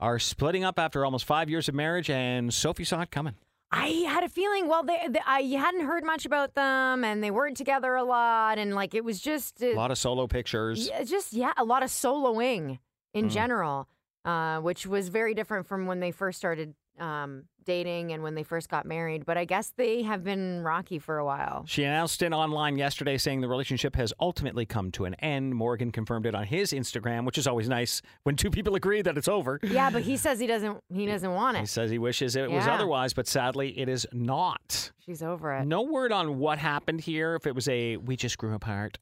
[SPEAKER 6] are splitting up after almost five years of marriage, and Sophie saw it coming.
[SPEAKER 5] I had a feeling. Well, they, they, I hadn't heard much about them, and they weren't together a lot, and like it was just uh,
[SPEAKER 6] A lot of solo pictures.
[SPEAKER 5] Yeah, just yeah, a lot of soloing in general, uh, which was very different from when they first started um, dating and when they first got married. But I guess they have been rocky for a while.
[SPEAKER 6] She announced it online yesterday, saying the relationship has ultimately come to an end. Morgan confirmed it on his Instagram, which is always nice when two people agree that it's over.
[SPEAKER 5] Yeah, but he says he doesn't. He doesn't want
[SPEAKER 6] He
[SPEAKER 5] it.
[SPEAKER 6] says he wishes it was
[SPEAKER 5] Yeah.
[SPEAKER 6] otherwise, but sadly, it is not.
[SPEAKER 5] She's over it.
[SPEAKER 6] No word on what happened here. If it was a we just grew apart,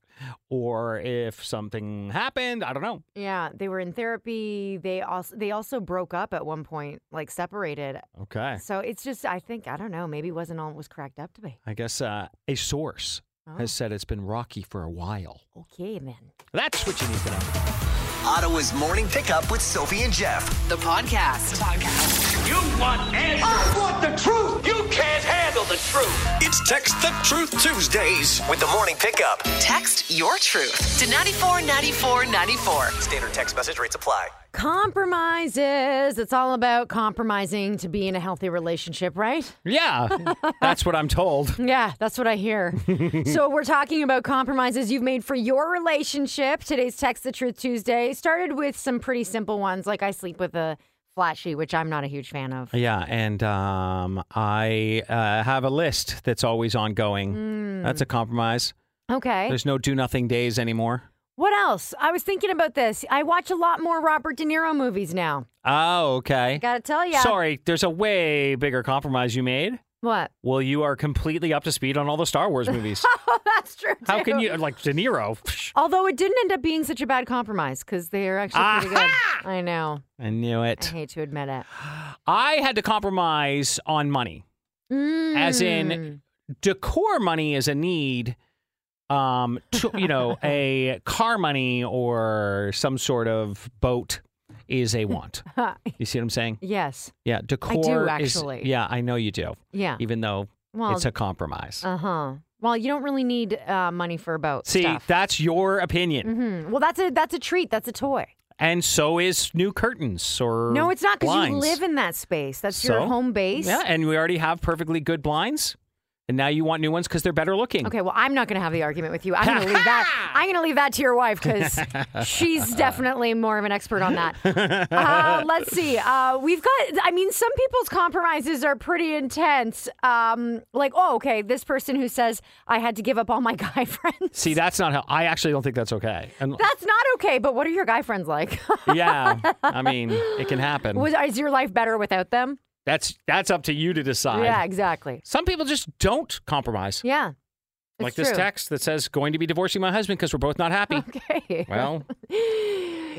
[SPEAKER 6] or if something happened, I don't know.
[SPEAKER 5] Yeah, they were in therapy. They also they also broke up at one point, like separated.
[SPEAKER 6] Okay,
[SPEAKER 5] So it's just I think I don't know. Maybe it wasn't all it was cracked up to be.
[SPEAKER 6] I guess uh, a source has said it's been rocky for a while.
[SPEAKER 5] Okay, then.
[SPEAKER 6] That's what you need to know.
[SPEAKER 1] Ottawa's morning pickup with Sophie and Jeff.
[SPEAKER 2] The podcast.
[SPEAKER 3] You want answers. I want the truth. You can't handle the truth.
[SPEAKER 1] It's Text the Truth Tuesdays with the morning pickup.
[SPEAKER 2] Text your truth to 949494.
[SPEAKER 1] Standard text message rates apply.
[SPEAKER 5] Compromises. It's all about compromising to be in a healthy relationship, right?
[SPEAKER 6] Yeah, that's what I'm told.
[SPEAKER 5] Yeah, that's what I hear. so we're talking about compromises you've made for your relationship. Today's Text the Truth Tuesday started with some pretty simple ones, like I sleep with a flat sheet, which I'm not a huge fan of.
[SPEAKER 6] Yeah, and um, I uh, have a list that's always ongoing. That's a compromise.
[SPEAKER 5] Okay.
[SPEAKER 6] There's no do nothing days anymore.
[SPEAKER 5] What else? I was thinking about this. I watch a lot more Robert De Niro movies now.
[SPEAKER 6] Oh, okay.
[SPEAKER 5] Gotta tell ya.
[SPEAKER 6] Sorry, there's a way bigger compromise you made.
[SPEAKER 5] What?
[SPEAKER 6] Well, you are completely up to speed on all the Star Wars movies.
[SPEAKER 5] Oh, that's true.
[SPEAKER 6] How can
[SPEAKER 5] too.
[SPEAKER 6] you like De Niro? Psh,
[SPEAKER 5] Although it didn't end up being such a bad compromise because they are actually pretty good. I know.
[SPEAKER 6] I knew
[SPEAKER 5] I
[SPEAKER 6] it.
[SPEAKER 5] hate to admit it.
[SPEAKER 6] I had to compromise on money, as in
[SPEAKER 5] Mm.
[SPEAKER 6] decor money is a need. Um, to, you know, a car money or some sort of boat is a want. You see what I'm saying?
[SPEAKER 5] yes.
[SPEAKER 6] Yeah, decor. is-
[SPEAKER 5] actually.
[SPEAKER 6] yeah, I know you do.
[SPEAKER 5] Yeah.
[SPEAKER 6] Even though
[SPEAKER 5] Well,
[SPEAKER 6] it's a compromise.
[SPEAKER 5] Uh huh. Well, you don't really need uh, money for a boat.
[SPEAKER 6] See,
[SPEAKER 5] stuff.
[SPEAKER 6] that's your opinion,
[SPEAKER 5] Hmm. well, that's a that's a treat. That's a toy.
[SPEAKER 6] and so is new curtains or
[SPEAKER 5] No, it's not because you
[SPEAKER 6] blinds.
[SPEAKER 5] live in that space. That's
[SPEAKER 6] So?
[SPEAKER 5] your home base.
[SPEAKER 6] Yeah, and we already have perfectly good blinds, and now you want new ones because they're better looking.
[SPEAKER 5] Okay, well, I'm not going to have the argument with you. I'm going to leave that. I'm going to leave that to your wife because she's definitely more of an expert on that. Uh, let's see. Uh, we've got. I mean, some people's compromises are pretty intense. Um, like, oh, okay, this person who says I had to give up all my guy friends.
[SPEAKER 6] See, that's not how. I actually don't think that's okay. And
[SPEAKER 5] That's not okay. But what are your guy friends like?
[SPEAKER 6] yeah, I mean, it can happen.
[SPEAKER 5] Was, is your life better without them?
[SPEAKER 6] that's that's up to you to decide.
[SPEAKER 5] Yeah, exactly.
[SPEAKER 6] Some people just don't compromise.
[SPEAKER 5] Yeah. it's
[SPEAKER 6] like this
[SPEAKER 5] true.
[SPEAKER 6] text that says going to be divorcing my husband because we're both not happy.
[SPEAKER 5] Okay.
[SPEAKER 6] Well,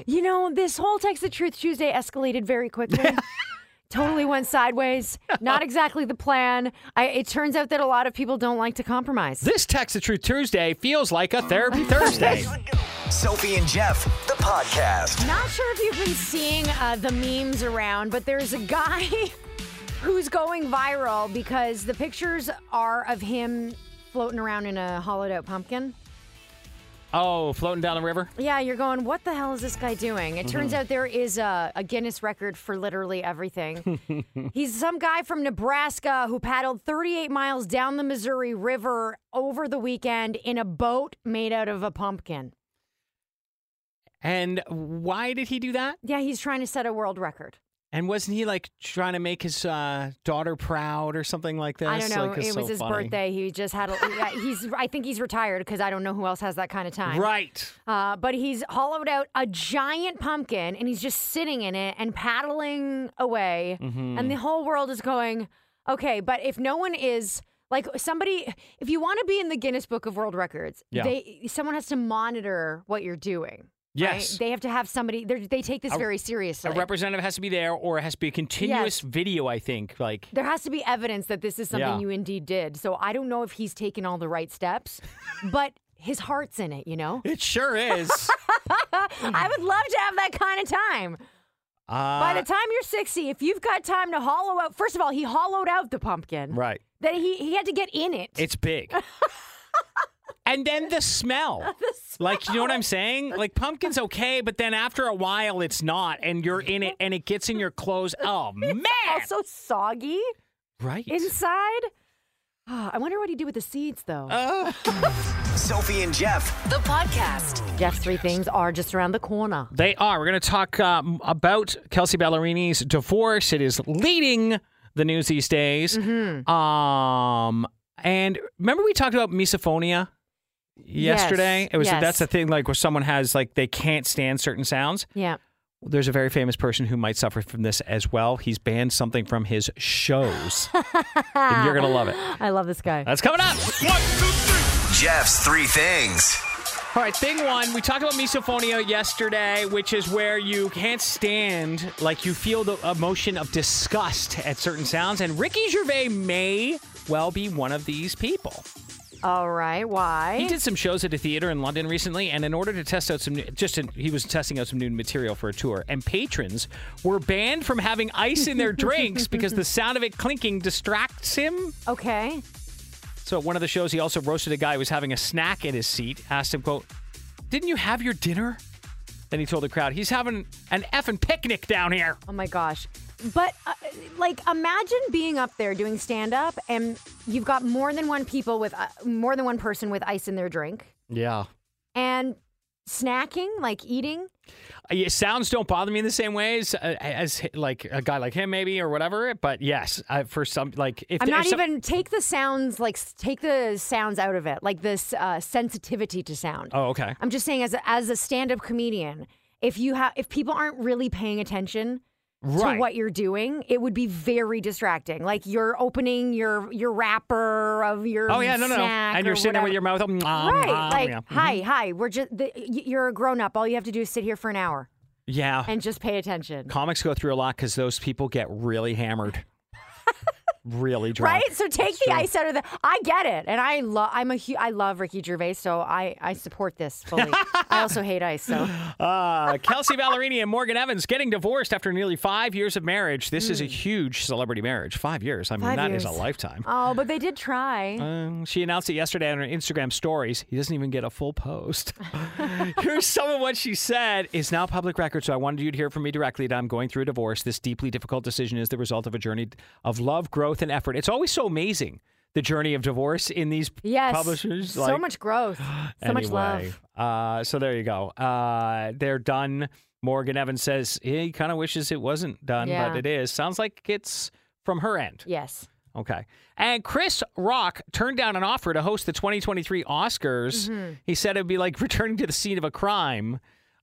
[SPEAKER 5] You know, this whole Text the Truth Tuesday escalated very quickly. totally went sideways. Not exactly the plan. I, it turns out that a lot of people don't like to compromise.
[SPEAKER 6] this text the truth Tuesday feels like a therapy Thursday.
[SPEAKER 1] Sophie and Jeff, the podcast.
[SPEAKER 5] Not sure if you've been seeing uh, the memes around, but there's a guy who's going viral because the pictures are of him floating around in a hollowed out pumpkin.
[SPEAKER 6] oh, floating down the river.
[SPEAKER 5] Yeah, you're going, what the hell is this guy doing? It
[SPEAKER 6] Mm-hmm.
[SPEAKER 5] turns out there is a, a Guinness record for literally everything. He's some guy from Nebraska who paddled 38 miles down the Missouri River over the weekend in a boat made out of a pumpkin.
[SPEAKER 6] And why did he do that?
[SPEAKER 5] Yeah, he's trying to set a world record.
[SPEAKER 6] And wasn't he like trying to make his uh, daughter proud or something like this?
[SPEAKER 5] I don't know.
[SPEAKER 6] Like, it's
[SPEAKER 5] it was
[SPEAKER 6] so
[SPEAKER 5] his
[SPEAKER 6] funny.
[SPEAKER 5] birthday. He just had a. yeah, he's. I think he's retired because I don't know who else has that kind of time.
[SPEAKER 6] Right.
[SPEAKER 5] Uh, but he's hollowed out a giant pumpkin and he's just sitting in it and paddling away.
[SPEAKER 6] Mm-hmm.
[SPEAKER 5] And the whole world is going, okay, but if no one is like somebody, if you want to be in the Guinness Book of World Records,
[SPEAKER 6] Yeah.
[SPEAKER 5] they someone has to monitor what you're doing.
[SPEAKER 6] Yes.
[SPEAKER 5] They have to have somebody. they're- They take this very seriously.
[SPEAKER 6] a representative has to be there, or it has to be a
[SPEAKER 5] Yes.
[SPEAKER 6] continuous video. I think like
[SPEAKER 5] there has to be evidence that this is something
[SPEAKER 6] Yeah.
[SPEAKER 5] you indeed did. So I don't know if he's taken all the right steps, but his heart's in it. You know,
[SPEAKER 6] it sure is.
[SPEAKER 5] I would love to have that kind of time.
[SPEAKER 6] uh,
[SPEAKER 5] By the time you're 60, if you've got time to hollow out, first of all, he hollowed out the pumpkin.
[SPEAKER 6] right,
[SPEAKER 5] That he he had to get in it.
[SPEAKER 6] it's big. and then the smell. Like you know what I'm saying? Like pumpkin's okay, but then after a while, it's not, and you're in it, and it gets in your clothes. Oh man!
[SPEAKER 5] also soggy
[SPEAKER 6] right.
[SPEAKER 5] inside. Ah, I wonder what he did with the seeds, though.
[SPEAKER 6] Uh,
[SPEAKER 1] Sophie and Jeff.
[SPEAKER 2] The podcast.
[SPEAKER 5] Jeff's three things are just around the corner.
[SPEAKER 6] They are. We're going to talk um, about Kelsey Ballerini's divorce. It is leading the news these days.
[SPEAKER 5] Mm-hmm.
[SPEAKER 6] Um, and remember we talked about misophonia yesterday?
[SPEAKER 5] Yes,
[SPEAKER 6] It was
[SPEAKER 5] yes.
[SPEAKER 6] that's the thing like where someone has like they can't stand certain sounds.
[SPEAKER 5] Yeah.
[SPEAKER 6] There's a very famous person who might suffer from this as well. He's banned something from his shows. and you're going to love it.
[SPEAKER 5] I love this guy.
[SPEAKER 6] That's coming up.
[SPEAKER 1] Jeff's three things.
[SPEAKER 6] All right, thing one, we talked about misophonia yesterday, which is where you can't stand, like you feel the emotion of disgust at certain sounds, and Ricky Gervais may well be one of these people.
[SPEAKER 5] All right. Why?
[SPEAKER 6] He did some shows at a theater in London recently, and in order to test out some, new, just in, he was testing out some new material for a tour, and patrons were banned from having ice in their drinks because the sound of it clinking distracts him.
[SPEAKER 5] okay.
[SPEAKER 6] So at one of the shows, he also roasted a guy who was having a snack at his seat. Asked him, "Quote, didn't you have your dinner?" Then he told the crowd, "He's having an effing picnic down here."
[SPEAKER 5] Oh my gosh. But uh, like, imagine being up there doing stand up, and you've got more than one people with uh, more than one person with ice in their drink,
[SPEAKER 6] Yeah.
[SPEAKER 5] and snacking, like eating.
[SPEAKER 6] Uh, sounds don't bother me in the same ways uh, as like a guy like him, maybe or whatever. But yes, I, for some, like if
[SPEAKER 5] I'm
[SPEAKER 6] there-
[SPEAKER 5] not
[SPEAKER 6] if some-
[SPEAKER 5] even take the sounds like s- take the sounds out of it, like this uh, sensitivity to sound.
[SPEAKER 6] Oh, okay.
[SPEAKER 5] I'm just saying, as a, as a stand up comedian, if you have if people aren't really paying attention
[SPEAKER 6] Right.
[SPEAKER 5] to what you're doing, it would be very distracting. Like you're opening your your wrapper of your
[SPEAKER 6] Oh yeah, no, no, no.
[SPEAKER 5] snack
[SPEAKER 6] and
[SPEAKER 5] or
[SPEAKER 6] you're sitting there with
[SPEAKER 5] whatever.
[SPEAKER 6] your mouth open. um,
[SPEAKER 5] Right, like
[SPEAKER 6] yeah. mm-hmm.
[SPEAKER 5] hi, hi. We're just the, y- you're a grown up. All you have to do is sit here for an hour
[SPEAKER 6] yeah.
[SPEAKER 5] and just pay attention.
[SPEAKER 6] Comics go through a lot because those people get really hammered, really drunk.
[SPEAKER 5] Right, so take the ice out of the. I get it, and I love. I'm a. Hu- I love Ricky Gervais, so I I support this fully. I also hate ice, so
[SPEAKER 6] Uh, Kelsey Ballerini and Morgan Evans getting divorced after nearly five years of marriage. This is a huge celebrity marriage. Five years. I mean, that is
[SPEAKER 5] Hmm. Five years.
[SPEAKER 6] a lifetime.
[SPEAKER 5] oh, but they did try.
[SPEAKER 6] Um, she announced it yesterday on her Instagram stories. He doesn't even get a full post. Here's some of what she said is now public record, so I wanted you to hear from me directly that I'm going through a divorce. This deeply difficult decision is the result of a journey of love, growth, and effort. It's always so amazing the journey of divorce in these
[SPEAKER 5] yes,
[SPEAKER 6] publishers.
[SPEAKER 5] so
[SPEAKER 6] like-
[SPEAKER 5] much growth, so much
[SPEAKER 6] Anyway,
[SPEAKER 5] love.
[SPEAKER 6] Uh, so there you go. Uh, they're done. Morgan Evans says he kind of wishes it wasn't done,
[SPEAKER 5] Yeah.
[SPEAKER 6] but it is. Sounds like it's from her end.
[SPEAKER 5] Yes,
[SPEAKER 6] Okay. And Chris Rock turned down an offer to host the 2023 Oscars.
[SPEAKER 5] Mm-hmm.
[SPEAKER 6] He said it would be like returning to the scene of a crime.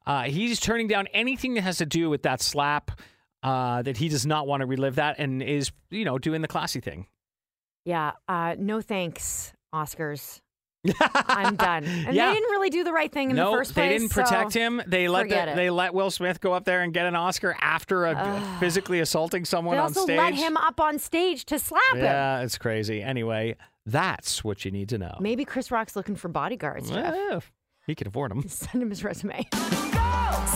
[SPEAKER 6] Uh, he's turning down anything that has to do with that slap. Uh, that he does not want to relive that and is, you know, doing the classy thing.
[SPEAKER 5] yeah. Uh, no thanks, Oscars. I'm done. And
[SPEAKER 6] Yeah.
[SPEAKER 5] they didn't really do the right thing in
[SPEAKER 6] no,
[SPEAKER 5] the first
[SPEAKER 6] they
[SPEAKER 5] place.
[SPEAKER 6] didn't protect
[SPEAKER 5] so-
[SPEAKER 6] him. They let
[SPEAKER 5] forget
[SPEAKER 6] the,
[SPEAKER 5] it.
[SPEAKER 6] they let Will Smith go up there and get an Oscar after a, physically assaulting someone
[SPEAKER 5] They
[SPEAKER 6] on
[SPEAKER 5] also
[SPEAKER 6] stage.
[SPEAKER 5] let him up on stage to slap him.
[SPEAKER 6] yeah, it's crazy. Anyway, that's what you need to know.
[SPEAKER 5] Maybe Chris Rock's looking for bodyguards. Jeff.
[SPEAKER 6] Yeah, he can afford them.
[SPEAKER 5] Send him his resume.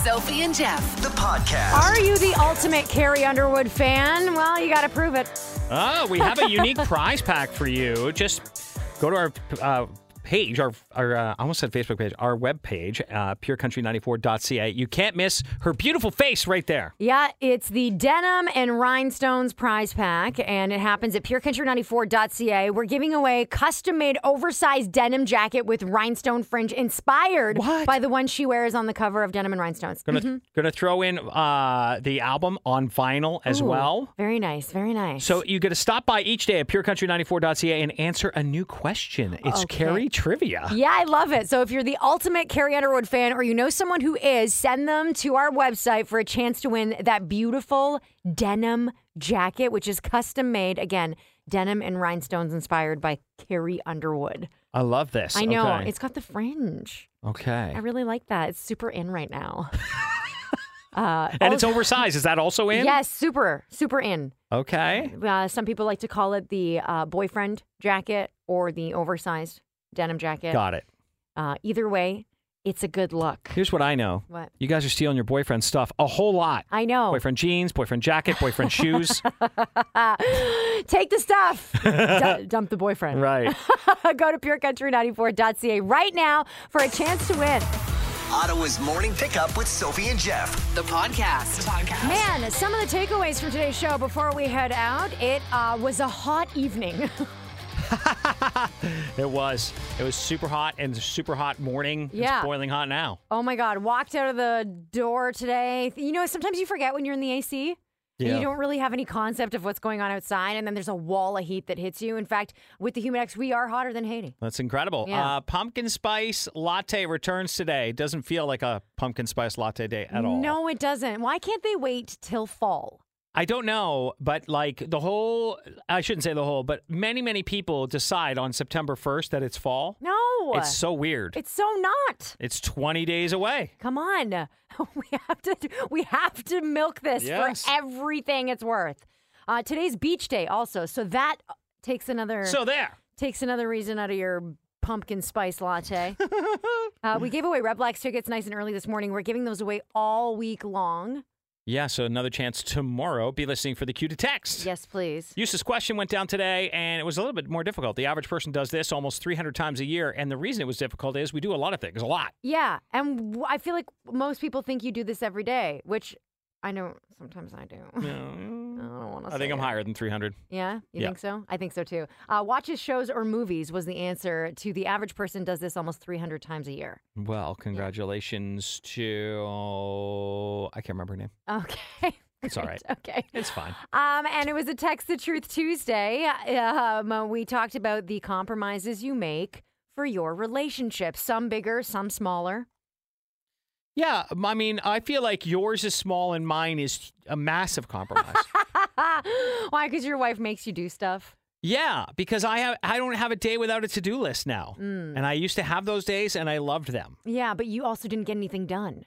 [SPEAKER 2] Sophie and Jeff.
[SPEAKER 1] The podcast.
[SPEAKER 5] Are you the ultimate Carrie Underwood fan? Well, you got to prove it.
[SPEAKER 6] Oh, we have a unique prize pack for you. Just go to our uh, page, our, our uh, I almost said Facebook page, our web page, uh, purecountry94.ca. You can't miss her beautiful face right there.
[SPEAKER 5] Yeah, it's the Denim and Rhinestones prize pack, and it happens at purecountry94.ca. We're giving away custom made oversized denim jacket with rhinestone fringe inspired
[SPEAKER 6] What?
[SPEAKER 5] by the one she wears on the cover of Denim and Rhinestones.
[SPEAKER 6] Gonna gonna throw in uh, the album on vinyl as
[SPEAKER 5] Ooh,
[SPEAKER 6] well.
[SPEAKER 5] Very nice, very nice.
[SPEAKER 6] So you got to stop by each day at purecountry94.ca and answer a new question. It's Carrie Trivia.
[SPEAKER 5] Yeah, I love it. So if you're the ultimate Carrie Underwood fan or you know someone who is, send them to our website for a chance to win that beautiful denim jacket, which is custom made. Again, denim and rhinestones inspired by Carrie Underwood.
[SPEAKER 6] I love this.
[SPEAKER 5] I know.
[SPEAKER 6] Okay.
[SPEAKER 5] It's got the fringe.
[SPEAKER 6] okay.
[SPEAKER 5] I really like that. It's super in right now. uh, oh,
[SPEAKER 6] and it's oversized. Is that also in?
[SPEAKER 5] Yes, super, super in.
[SPEAKER 6] Okay.
[SPEAKER 5] Uh, some people like to call it the uh, boyfriend jacket or the oversized denim jacket.
[SPEAKER 6] Got it.
[SPEAKER 5] Uh, either way, it's a good look.
[SPEAKER 6] Here's what I know.
[SPEAKER 5] What?
[SPEAKER 6] You guys are stealing your boyfriend's stuff a whole lot.
[SPEAKER 5] I know.
[SPEAKER 6] Boyfriend jeans, boyfriend jacket, boyfriend shoes.
[SPEAKER 5] Take the stuff. D- dump the boyfriend.
[SPEAKER 6] Right.
[SPEAKER 5] Go to purecountry94.ca right now for a chance to win.
[SPEAKER 1] Ottawa's morning pickup with Sophie and Jeff.
[SPEAKER 2] The podcast.
[SPEAKER 5] Man, some of the takeaways from today's show before we head out, it uh, was a hot evening.
[SPEAKER 6] It was. It was super hot and super hot morning.
[SPEAKER 5] Yeah.
[SPEAKER 6] It's boiling hot now.
[SPEAKER 5] oh my God, walked out of the door today. You know, sometimes you forget when you're in the AC. and
[SPEAKER 6] Yeah.
[SPEAKER 5] You don't really have any concept of what's going on outside, and then there's a wall of heat that hits you. In fact, with the Humidex, we are hotter than Haiti.
[SPEAKER 6] That's incredible.
[SPEAKER 5] Yeah.
[SPEAKER 6] Uh, pumpkin spice latte returns today. Doesn't feel like a pumpkin spice latte day at all.
[SPEAKER 5] No, it doesn't. Why can't they wait till fall?
[SPEAKER 6] I don't know, but like the whole, I shouldn't say the whole, but many, many people decide on September 1st that it's fall.
[SPEAKER 5] No.
[SPEAKER 6] It's so weird.
[SPEAKER 5] It's so not.
[SPEAKER 6] It's 20 days away.
[SPEAKER 5] Come on. We have to we have to milk this
[SPEAKER 6] Yes.
[SPEAKER 5] for everything it's worth. Uh, today's beach day also. So that uh, takes another
[SPEAKER 6] So there.
[SPEAKER 5] takes another reason out of your pumpkin spice latte. uh, we gave away Red Blacks tickets nice and early this morning. We're giving those away all week long.
[SPEAKER 6] Yeah, so another chance tomorrow. Be listening for the cue to text.
[SPEAKER 5] Yes, please.
[SPEAKER 6] Eustace's question went down today, and it was a little bit more difficult. The average person does this almost 300 times a year, and the reason it was difficult is we do a lot of things, a lot.
[SPEAKER 5] Yeah, and w- I feel like most people think you do this every day, which I know sometimes I do. I don't want to.
[SPEAKER 6] I think I'm higher than 300.
[SPEAKER 5] Yeah, you
[SPEAKER 6] Yeah.
[SPEAKER 5] think so? I think so too. Uh, watches, shows, or movies was the answer to the average person does this almost 300 times a year.
[SPEAKER 6] Well, congratulations to I can't remember her name.
[SPEAKER 5] Okay.
[SPEAKER 6] It's all
[SPEAKER 5] Great.
[SPEAKER 6] right.
[SPEAKER 5] Okay.
[SPEAKER 6] It's fine.
[SPEAKER 5] Um, and it was a Text the Truth Tuesday. Um, uh, we talked about the compromises you make for your relationship, some bigger, some smaller.
[SPEAKER 6] Yeah, I mean, I feel like yours is small and mine is a massive compromise.
[SPEAKER 5] Ah, Why? Because your wife makes you do stuff.
[SPEAKER 6] yeah, because I have I don't have a day without a to-do list now.
[SPEAKER 5] Mm.
[SPEAKER 6] And I used to have those days and I loved them.
[SPEAKER 5] Yeah, but you also didn't get anything done.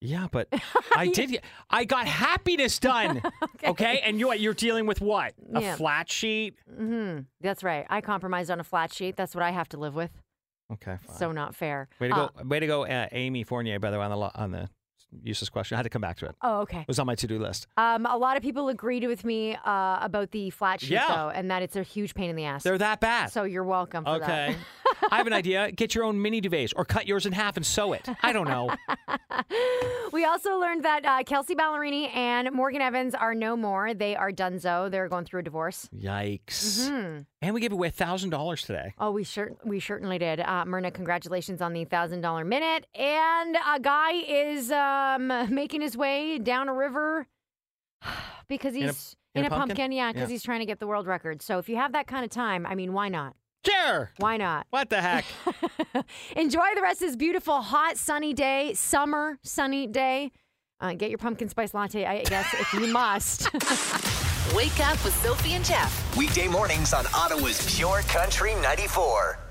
[SPEAKER 6] Yeah, but I did. get- I got happiness done. okay. and you you're dealing with what? A
[SPEAKER 5] Yeah.
[SPEAKER 6] flat sheet.
[SPEAKER 5] hmm That's right. I compromised on a flat sheet. That's what I have to live with.
[SPEAKER 6] Okay, fine.
[SPEAKER 5] So not fair.
[SPEAKER 6] way to
[SPEAKER 5] Uh,
[SPEAKER 6] go, way to go, uh, Amy Fournier. By the way, on the lo- on the useless question, I had to come back to it. It
[SPEAKER 5] oh, okay.
[SPEAKER 6] was on my to-do list.
[SPEAKER 5] Um, a lot of people agreed with me uh, about the flat sheet,
[SPEAKER 6] Yeah.
[SPEAKER 5] though, and that it's a huge pain in the ass.
[SPEAKER 6] They're that bad.
[SPEAKER 5] so you're welcome for
[SPEAKER 6] okay. I have an idea. Get your own mini duvets or cut yours in half and sew it. I don't know.
[SPEAKER 5] that. We also learned that uh, Kelsey Ballerini and Morgan Evans are no more. They are donezo. They're going through a divorce.
[SPEAKER 6] Yikes. And we gave away thousand dollars today.
[SPEAKER 5] Oh, we sure we certainly did. Uh, Myrna, congratulations on the thousand dollar minute. And a guy is um, making his way down a river because
[SPEAKER 6] a-
[SPEAKER 5] he's
[SPEAKER 6] in a pumpkin?
[SPEAKER 5] Yeah, because
[SPEAKER 6] Yeah.
[SPEAKER 5] he's trying to get the world record. So if you have that kind of time, I mean, why not?
[SPEAKER 6] Sure.
[SPEAKER 5] Why not?
[SPEAKER 6] What the heck?
[SPEAKER 5] Enjoy the rest of this beautiful, hot, sunny day, summer sunny day. Uh, get your pumpkin spice latte, I guess, if you must.
[SPEAKER 2] Wake up with Sophie and Jeff.
[SPEAKER 1] Weekday mornings on Ottawa's Pure Country 94.